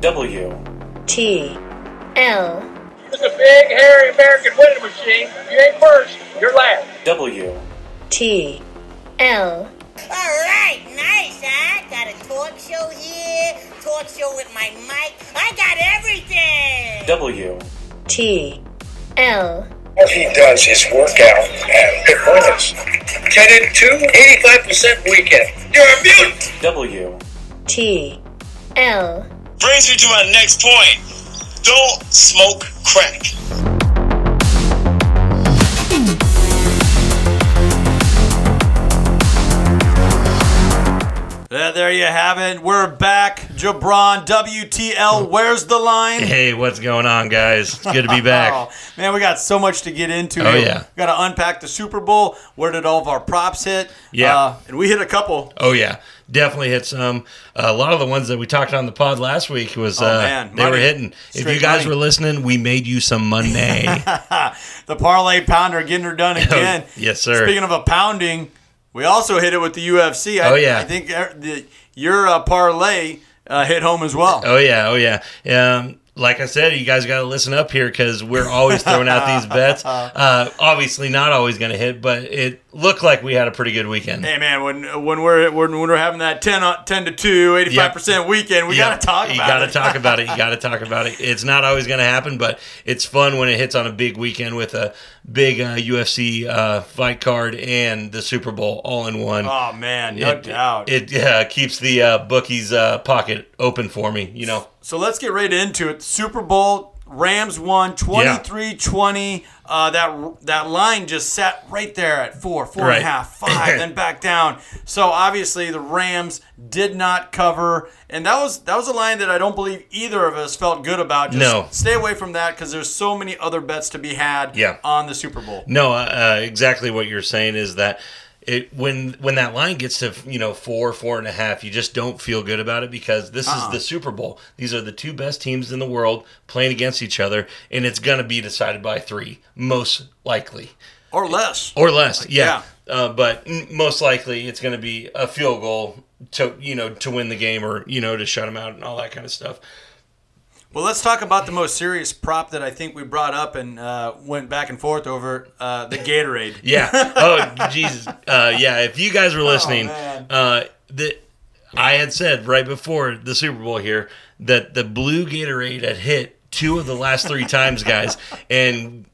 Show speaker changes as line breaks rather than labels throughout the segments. W.
T. L.
It's a big, hairy American winning machine. If you ain't first, you're last.
W.
T. L.
All right, nice, huh? Got a talk show here, talk show with my mic. I got everything.
W.
T. L.
What he does is work out and performance. 10 and 2, 85% weekend. You're a mutant!
W.
T. L.
brings me to my next point. Don't smoke crack.
Uh, there you have it. We're back. Jabron, WTL, where's the line?
Hey, what's going on, guys? It's good to be back.
Oh, man, we got so much to get into.
Oh, yeah.
We got to unpack the Super Bowl. Where did all of our props hit?
Yeah.
Uh, and we hit a couple.
Oh yeah, definitely hit some. a lot of the ones that we talked on the pod last week was uh,
Oh, man,
they were
money.
hitting. if
Straight
you guys
money.
were listening, we made you some money.
The parlay pounder getting her done again.
Oh, yes, sir.
Speaking of a pounding, we also hit it with the UFC. I,
Oh, yeah.
I think uh, the, your uh, parlay uh, hit home as well.
Oh yeah, oh yeah. Um, like I said, you guys got to listen up here because we're always throwing out these bets. Uh, obviously, not always going to hit, but it looked like we had a pretty good weekend.
Hey man, when when we're when, when we're having that 10, on- 10 to 2, 85 percent weekend, we
Yeah,
gotta talk about
you gotta
it.
talk about it. You gotta talk about it. It's not always gonna happen, but it's fun when it hits on a big weekend with a big uh, UFC uh, fight card and the Super Bowl all in one.
Oh man, no
it,
doubt.
It uh, keeps the uh, bookies' uh, pocket open for me. You know.
so let's get right into it. Super Bowl Rams won 23-20. Uh, that that line just sat right there at four, four and a
Right.
half, five, then back down. So obviously the Rams did not cover, and that was that was a line that I don't believe either of us felt good about. Just
No.
stay away from that because there's so many other bets to be had
Yeah.
on the Super Bowl.
No, uh, uh, exactly what you're saying is that it when when that line gets to you know four four and a half, you just don't feel good about it because this is the Super Bowl. These are the two best teams in the world playing against each other, and it's gonna be decided by three most likely
Or less.
or less. yeah. Uh, but n- most likely it's going to be a field goal to you know to win the game or you know to shut them out and all that kind of stuff.
Well, let's talk about the most serious prop that I think we brought up and uh, went back and forth over uh, the Gatorade.
Yeah. Oh, Jesus. Uh, yeah. If you guys were listening,
Oh, man.
uh, the, I had said right before the Super Bowl here that the blue Gatorade had hit two of the last three times, guys, and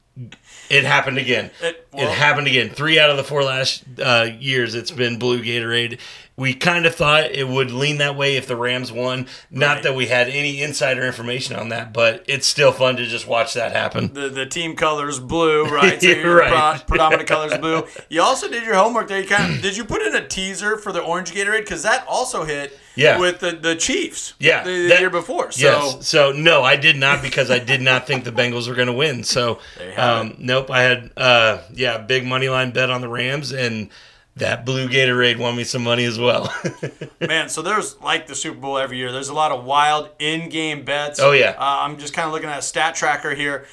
it happened again.
It-
It,
well-
happened again. Three out of the four last uh, years, it's been blue Gatorade. We kind of thought it would lean that way if the Rams won. Not that we had any insider information on that, but it's still fun to just watch that happen.
The, the team colors blue, right? So your
Right.
pro- predominant colors blue. You also did your homework there. You kind of did you put in a teaser for the orange Gatorade because that also hit
Yeah.
with the, the Chiefs
Yeah,
the, the
that-
year before. So
Yes. So no, I did not because I did not think the Bengals were going to win. So
have
um, nope, I had uh, yeah big money line bet on the Rams, and that blue Gatorade won me some money as well.
Man, so there's like the Super Bowl every year. There's a lot of wild in-game bets.
Oh, yeah.
Uh, I'm just kind of looking at a stat tracker here.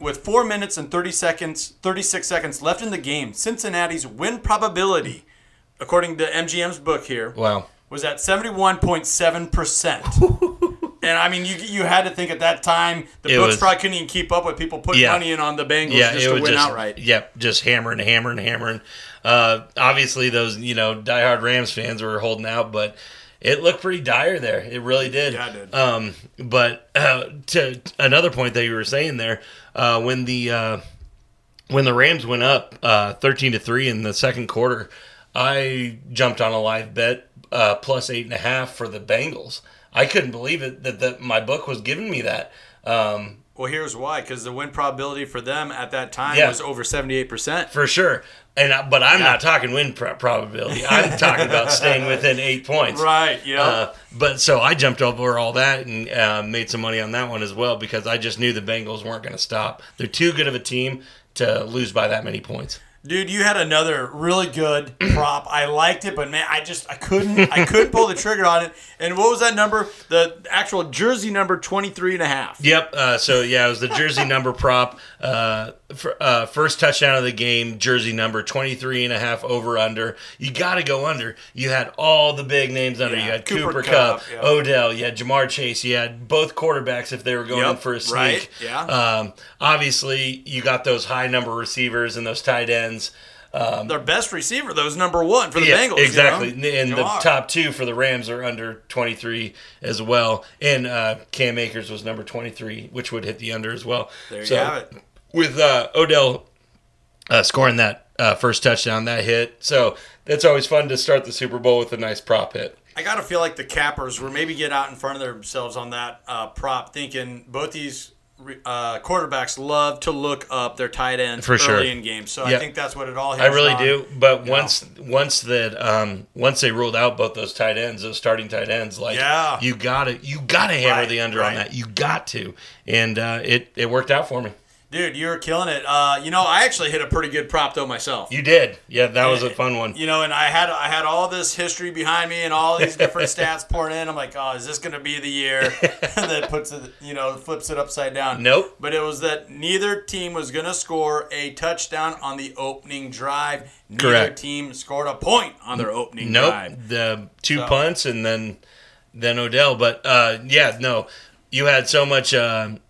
With four minutes and 30 seconds, 36 seconds left in the game, Cincinnati's win probability, according to MGM's book here,
wow.
was at 71.7%. and I mean, you you had to think at that time the
It
books
was-
probably couldn't even keep up with people putting
Yeah.
money in on the Bengals
Yeah,
just
it
to
was
win
just
outright.
Yep, just hammering, hammering, hammering. Uh, obviously, those you know diehard Rams fans were holding out, but it looked pretty dire there. It really did.
Yeah, it did.
Um, but uh, to another point that you were saying there, uh, when the uh, when the Rams went up uh, 13 to 3 in the second quarter, I jumped on a live bet uh, plus eight and a half for the Bengals. I couldn't believe it that, that my book was giving me that. Um,
Well, here's why because the win probability for them at that time
Yeah.
was over 78%.
for sure. And I- but I'm not talking win pro- probability. I'm talking about staying within eight points.
Right, yeah.
Uh, but so I jumped over all that and uh, made some money on that one as well because I just knew the Bengals weren't going to stop. They're too good of a team to lose by that many points.
Dude, you had another really good prop. I liked it, but man, I just I couldn't I couldn't pull the trigger on it. And what was that number? The actual jersey number 23 and a half.
Yep. Uh, so yeah, it was the jersey number prop. Uh, fir- uh, first touchdown of the game, jersey number 23 and a half over under. You got to go under. You had all the big names under.
Yeah,
You had
Cooper
Cooper,
Kupp,
Cup,
yeah.
Odell, you had Jamar Chase, you had both quarterbacks if they were going
Yep,
in for a sneak.
right, yeah.
Um, obviously, you got those high number receivers and those tight ends.
Their best receiver, though, is number one for the Bengals. you know?
Exactly. And the
Jamar.
top two for the Rams are under 23 as well. And uh, Cam Akers was number 23, which would hit the under as well.
There you
So,
have it.
With uh, Odell uh, scoring that uh, first touchdown, that hit. So that's always fun to start the Super Bowl with a nice prop hit.
I gotta feel like the cappers were maybe get out in front of themselves on that uh, prop, thinking both these re- uh, quarterbacks love to look up their tight ends
For
early
sure.
in games. So I
Yeah.
think that's what it all.
I
hinges
really
on.
do, but
Yeah.
once once that um, once they ruled out both those tight ends, those starting tight ends, like
Yeah.
you gotta you gotta hammer
Right,
the under on
right.
that, you got to, and uh, it it worked out for me.
dude. You're killing it. Uh, you know, I actually hit a pretty good prop though myself.
You did. Yeah, that was a fun one.
you know, and I had I had all this history behind me and all these different stats poured in. I'm like, oh, is this going to be the year that puts it, you know, flips it upside down?
Nope.
But it was that neither team was going to score a touchdown on the opening drive. Neither
Correct.
team scored a point on their opening
Nope.
drive.
The two
So-
punts and then then Odell. But uh, yeah, no, you had so much um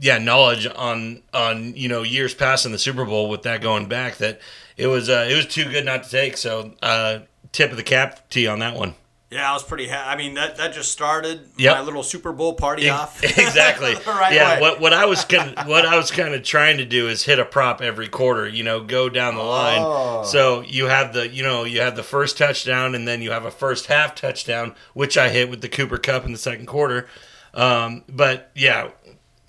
yeah knowledge on on you know years past in the Super Bowl with that going back that it was uh, it was too good not to take. So uh, tip of the cap to you on that one.
Yeah, I was pretty. Ha- I mean, that that just started
Yep.
my little Super Bowl party off.
exactly.
The right
yeah.
way.
What what I was gonna, what I was kind of trying to do is hit a prop every quarter. You know, go down the line.
Oh.
So you have the you know you have the first touchdown and then you have a first half touchdown, which I hit with the Cooper Cup in the second quarter. Um, but yeah,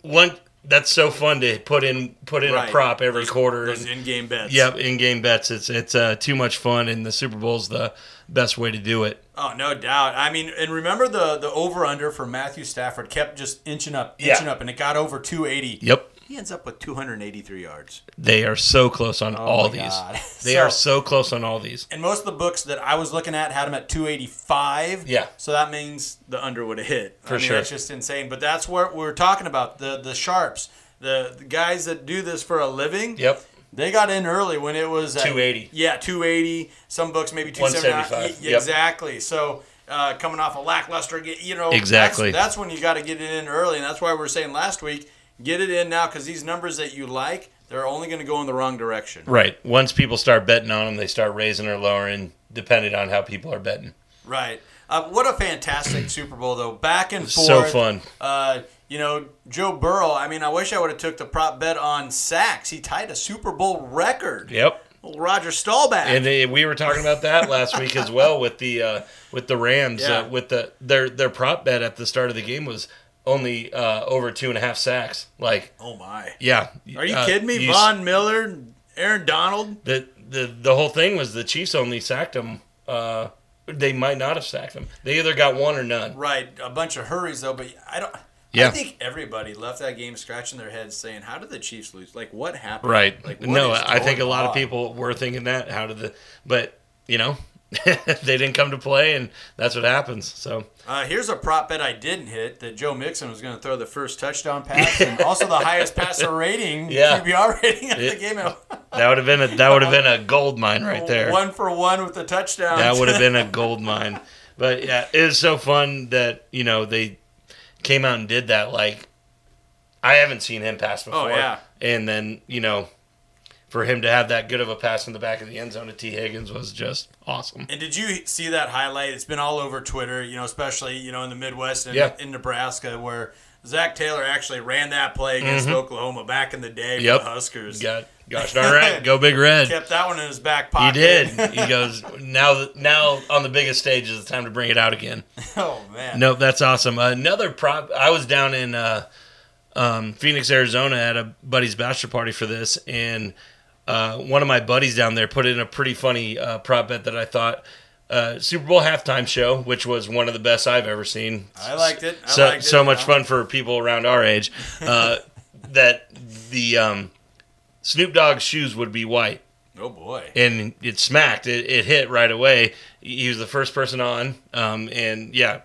one that's so fun to put in put in
Right.
a prop every quarter.
Those
and-
in-game bets.
Yep, in game bets. It's it's uh, too much fun, and the Super Bowl's the best way to do it.
Oh, no doubt. I mean, and remember the the over under for Matthew Stafford kept just inching up,
Yeah.
inching up, and it got over 280.
Yep.
He ends up with 283 yards.
They are so close on all these.
Oh God.
They
So-
are so close on all these.
And most of the books that I was looking at had him at 285.
Yeah.
So that means the under would have hit. For I mean,
sure.
That's just insane. But that's what we're talking about the the sharps, the, the guys that do this for a living.
Yep.
They got in early when it was at-
280.
Yeah, 280. Some books maybe 275.
175,
Y-
yep.
Exactly. So uh, coming off a lackluster, ge- you know,
Exactly.
That's, that's when you got to get it in early, and that's why we were saying last week, get it in now because these numbers that you like, they're only going to go in the wrong direction.
Right. Once people start betting on them, they start raising or lowering depending on how people are betting.
Right. Uh, what a fantastic Super Bowl though. Back and forth.
So fun.
Uh, you know, Joe Burrow. I mean, I wish I would have took the prop bet on sacks. He tied a Super Bowl record.
Yep.
Roger Staubach.
And they, we were talking about that last week as well with the uh, with the Rams
Yeah.
uh, with the their their prop bet at the start of the game was only uh, over two and a half sacks. Like,
oh my.
yeah.
Are you
uh,
kidding me?
you s-
Von Miller, Aaron Donald.
the the the whole thing was the Chiefs only sacked him. Uh, they might not have sacked him. They either got one or none.
Right. A bunch of hurries though, but I don't. I
Yeah.
think everybody left that game scratching their heads, saying, "How did the Chiefs lose? Like, what happened?
Right.
Like, what
no,
is
I think a
going
lot of
on?"
people were thinking that. How did the? But you know, they didn't come to play, and that's what happens. So
Uh, here's a prop bet I didn't hit that Joe Mixon was going to throw the first touchdown pass and also the highest passer rating,
Yeah.
QBR rating of the
It-
game.
that would have been a that would have been a gold mine right there.
One for one with the touchdown.
That would have been a gold mine. But yeah, it was so fun that you know they came out and did that. Like I haven't seen him pass before.
Oh, yeah.
And then you know. For him to have that good of a pass in the back of the end zone to T. Higgins was just awesome.
And did you see that highlight? It's been all over Twitter, you know, especially you know in the Midwest and
Yeah.
in Nebraska, where Zach Taylor actually ran that play against Oklahoma back in the day for
Mm-hmm. Yep.
the Huskers.
Got, gosh darn right, go Big Red.
Kept that one in his back
He
pocket.
did. He goes now. Now on the biggest stage is the time to bring it out again.
oh man.
Nope, that's awesome. Another prop. I was down in uh, um, Phoenix, Arizona, at a buddy's bachelor party for this, and uh, one of my buddies down there put in a pretty funny uh, prop bet that I thought. Uh, Super Bowl halftime show, which was one of the best I've ever seen.
I liked it. I
so
liked it,
so much
you know.
fun for people around our age. Uh, that the um, Snoop Dogg's shoes would be white
Oh boy.
and it smacked. It, it hit right away. He was the first person on, um, and yeah,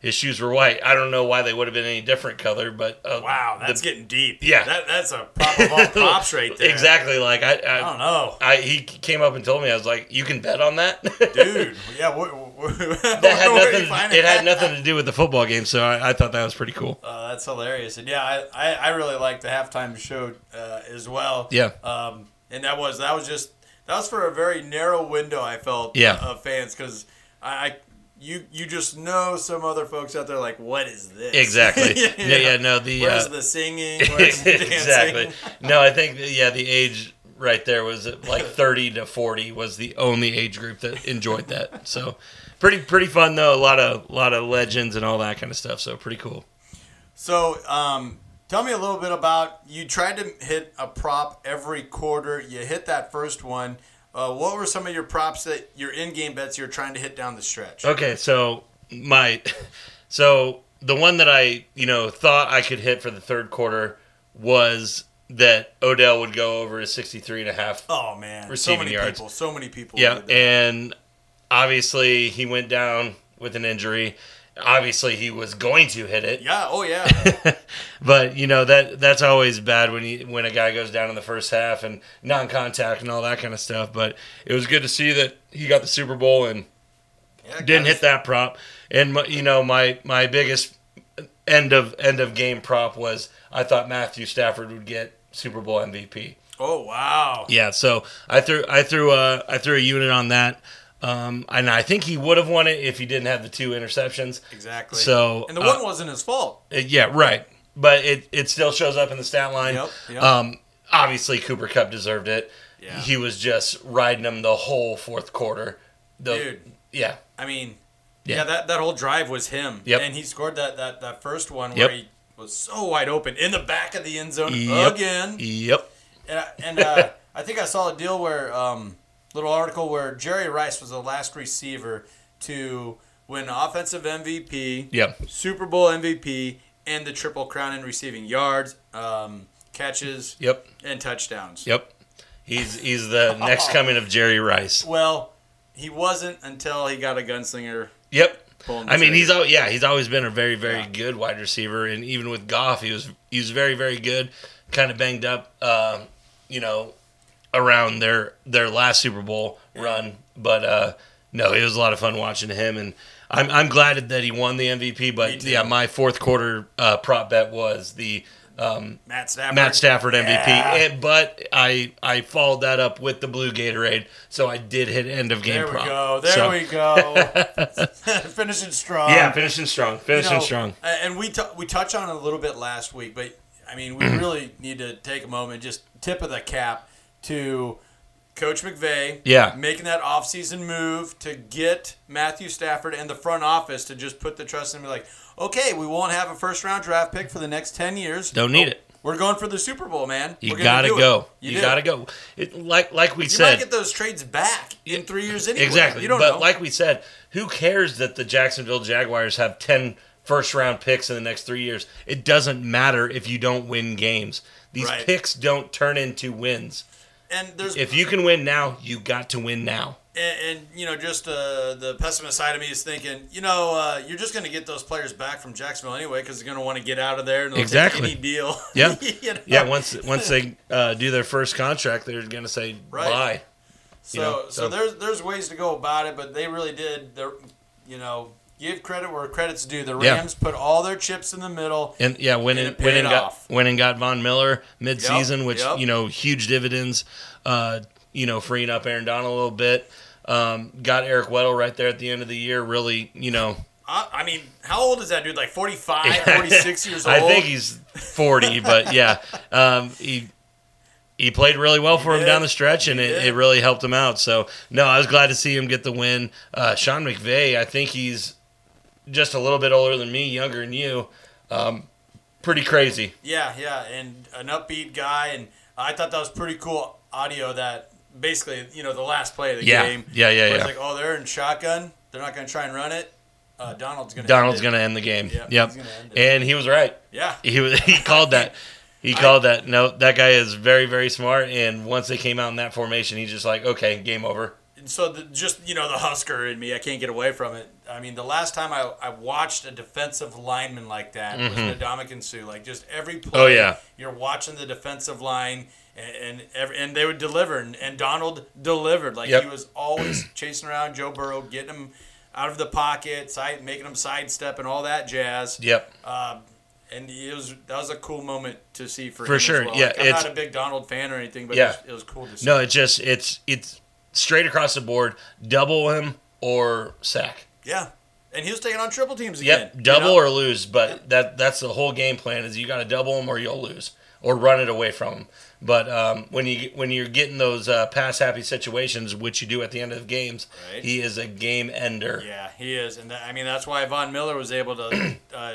His shoes were white. I don't know why they would have been any different color, but uh,
Wow,
the-
that's getting deep.
Yeah.
that, that's a prop of all props right there.
Exactly. Like I, I,
I don't know,
I he came up and told me I was like, you can bet on that,
dude. Yeah, wh- wh-
that had
where you
nothing.
finding
It had
that?
nothing to do with the football game, so I, I thought that was pretty cool.
Uh, that's hilarious, and yeah, I, I, I really like the halftime show uh, as well.
Yeah.
um, and that was that was just that was for a very narrow window. I felt
Yeah.
of fans because I, I you you just know some other folks out there like what is this
Exactly. yeah, yeah. No, the
Where's
uh,
the singing? Where's the dancing?
exactly. No, I think yeah, the age right there was like thirty to forty was the only age group that enjoyed that. So pretty pretty fun though. A lot of lot of legends and all that kind of stuff. So pretty cool.
So, um, tell me a little bit about you tried to hit a prop every quarter. You hit that first one. Uh, what were some of your props that your in-game bets you're trying to hit down the stretch?
Okay, so my so the one that I, you know, thought I could hit for the third quarter was that Odell would go over his 63 and a half.
Oh man, so
Receiving
many
yards.
people, so many people.
yeah,
did that.
and obviously he went down with an injury. Obviously he was going to hit it.
yeah. Oh yeah.
But you know that that's always bad when you when a guy goes down in the first half and non-contact and all that kind of stuff. But it was good to see that he got the Super Bowl and
Yeah,
didn't
guys.
hit that prop. And my, you know my my biggest end of end of game prop was I thought Matthew Stafford would get Super Bowl MVP.
Oh wow.
Yeah, so I threw I threw a I threw a unit on that. Um, and I think he would have won it if he didn't have the two interceptions.
Exactly.
So,
and the
uh,
one wasn't his fault.
Uh, Yeah, right. But it, it still shows up in the stat line.
Yep, yep.
Um, obviously, Cooper Cup deserved it.
Yeah.
He was just riding him the whole fourth quarter. The,
Dude.
Yeah.
I mean, yeah,
Yeah.
that, that whole drive was him.
Yep.
And he scored that that that first one
Yep.
where he was so wide open in the back of the end zone
Yep.
again.
Yep.
And, I- and uh, I think I saw a deal where um, little article where Jerry Rice was the last receiver to win offensive MVP,
Yep.
Super Bowl MVP, and the triple crown in receiving yards, um, catches,
Yep.
and touchdowns.
Yep. He's he's the next coming of Jerry Rice.
Well, he wasn't until he got a gunslinger.
Yep.
Pulling the
I mean,
trigger.
he's al- yeah, he's always been a very very good wide receiver, and even with Goff, he was he was very very good. Kind of banged up, uh, you know, around their their last Super Bowl run, but uh, no, it was a lot of fun watching him, and I'm I'm glad that he won the MVP. But
too.
yeah, my fourth quarter uh, prop bet was the um,
Matt Stafford.
Matt Stafford MVP, and, but I I followed that up with the blue Gatorade, so I did hit end of game.
There we
prop.
go. There
So-
we go. Finishing strong.
Yeah, finishing strong, finishing
know,
strong.
a- And we t- we touched on it a little bit last week, but I mean, we
Mm-hmm.
really need to take a moment, just tip of the cap to Coach McVay.
Yeah.
making that offseason move to get Matthew Stafford and the front office to just put the trust in and be like, okay, we won't have a first round draft pick for the next ten years. Oh,
Don't need it.
We're going for the Super Bowl, man.
You
We're gonna
gotta
do it."
go.
You,
You,
do.
gotta go. It, like like we
You might
said,
get those trades back in three years anyway.
exactly.
You don't
but
know.
like we said, who cares that the Jacksonville Jaguars have 10 first round picks in the next three years? It doesn't matter if you don't win games. These
Right.
picks don't turn into wins.
and there's
If you can win now, you got to win now.
and, and you know, just uh, the pessimist side of me is thinking, you know, uh, you're just going to get those players back from Jacksonville anyway because they're going to want to get out of there and they'll
Exactly.
take any deal.
Yeah.
You know?
Yeah, once once they uh, do their first contract, they're gonna say
Right.
bye.
So,
you know,
so
so-
there's there's ways to go about it, but they really did. Their, you know, give credit where credit's due. The
Yeah.
Rams put all their chips in the middle.
And yeah, when
And
and
it
when
paid
and got
off.
when and got Von Miller midseason,
Yep,
which
yep.
you know huge dividends. Uh, you know, freeing up Aaron Donald a little bit. Um, got Eric Weddle right there at the end of the year. Really, you know,
I, I mean, how old is that dude? Like 45, 46 years old.
I think he's forty, but yeah, um, he he played really well for him
did.
down the stretch, and it,
did.
it really helped him out. So no, I was glad to see him get the win. Uh, Sean McVay, I think he's just a little bit older than me, younger than you. Um, pretty crazy.
Yeah, yeah, and an upbeat guy, and I thought that was pretty cool audio. That basically, you know, the last play of the
Yeah,
game.
yeah, yeah,
where It's
yeah.
like, oh, they're in shotgun. They're not going to try and run it. Uh, Donald's going to.
Donald's going to end the game.
Yep,
Yep.
he's gonna end it.
And he was right.
Yeah.
He was, he called that. He called that. No, that guy is very very smart. And once they came out in that formation, he's just like, okay, game over.
and so the, just you know the Husker in me, I can't get away from it. I mean, the last time I, I watched a defensive lineman like that was Ndamukong Suh. Like just every play,
Mm-hmm. Oh, yeah.
you're watching the defensive line, and and, every, and they would deliver, and, and Donald delivered. Like
Yep.
he was always chasing around Joe Burrow, getting him out of the pocket, side, making him sidestep, and all that jazz.
Yep.
And it was that was a cool moment to see for,
For
him as
sure,
well.
yeah,
Like, I'm
it's-
not a big Donald fan or anything, but
Yeah.
it, was, it was cool to see.
No, it's just it's it's straight across the board. Double him or sack.
Yeah. And he was taking on triple teams again.
Yep, double
you know?
or lose. But that that's the whole game plan is you got to double them or you'll lose or run it away from them. But um, when you when you're getting those uh, pass happy situations, which you do at the end of games,
Right.
he is a game ender.
Yeah, he is. And that, I mean, that's why Von Miller was able to, uh,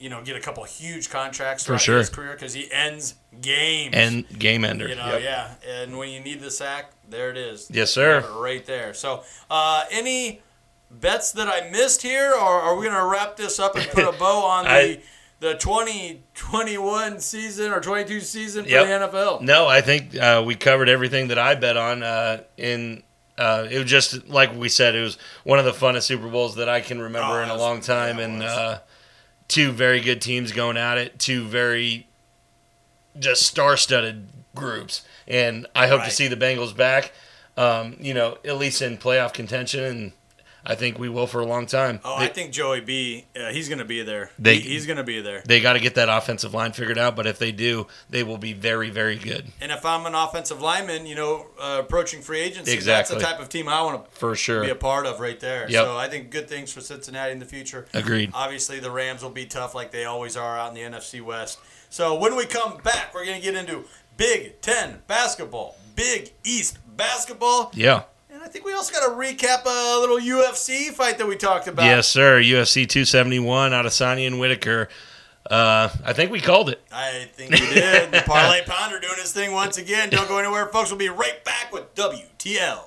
you know, get a couple huge contracts throughout
sure.
his career because he ends games.
And game ender.
you know,
Yep.
yeah. And when you need the sack, there it is.
Yes, sir.
Right there. So, uh, any bets that I missed here, or are we going to wrap this up and put a bow on the.
I-
the 2021 season or 22 season for
Yep.
the NFL.
No, I think uh, we covered everything that I bet on. Uh, in uh, it was just like we said, it was one of the funnest Super Bowls that I can remember
Oh,
in
that
a
was-
long time,
yeah, it
and
was.
uh, two very good teams going at it. Two very just star-studded groups, and I hope
Right.
to see the Bengals back. Um, you know, at least in playoff contention, and I think we will for a long time.
Oh,
they,
I think Joey B. Uh, he's going to be there.
They-
He- he's going to be there.
they got to get that offensive line figured out, but if they do, they will be very, very good
And if I'm an offensive lineman, you know, uh, approaching free agency,
Exactly.
that's the type of team I want to
for sure.
be a part of right there.
Yep.
So I think good things for Cincinnati in the future.
Agreed.
Obviously, the Rams will be tough like they always are out in the NFC West. So when we come back, we're going to get into Big Ten basketball, Big East basketball,
Yeah.
and I think we also got to recap a little UFC fight that we talked about.
Yes, sir. UFC 271, Adesanya and Whitaker. Uh, I think we called it.
I think we did. The Parlay Pounder doing his thing once again. Don't go anywhere, folks. We'll be right back with WTL.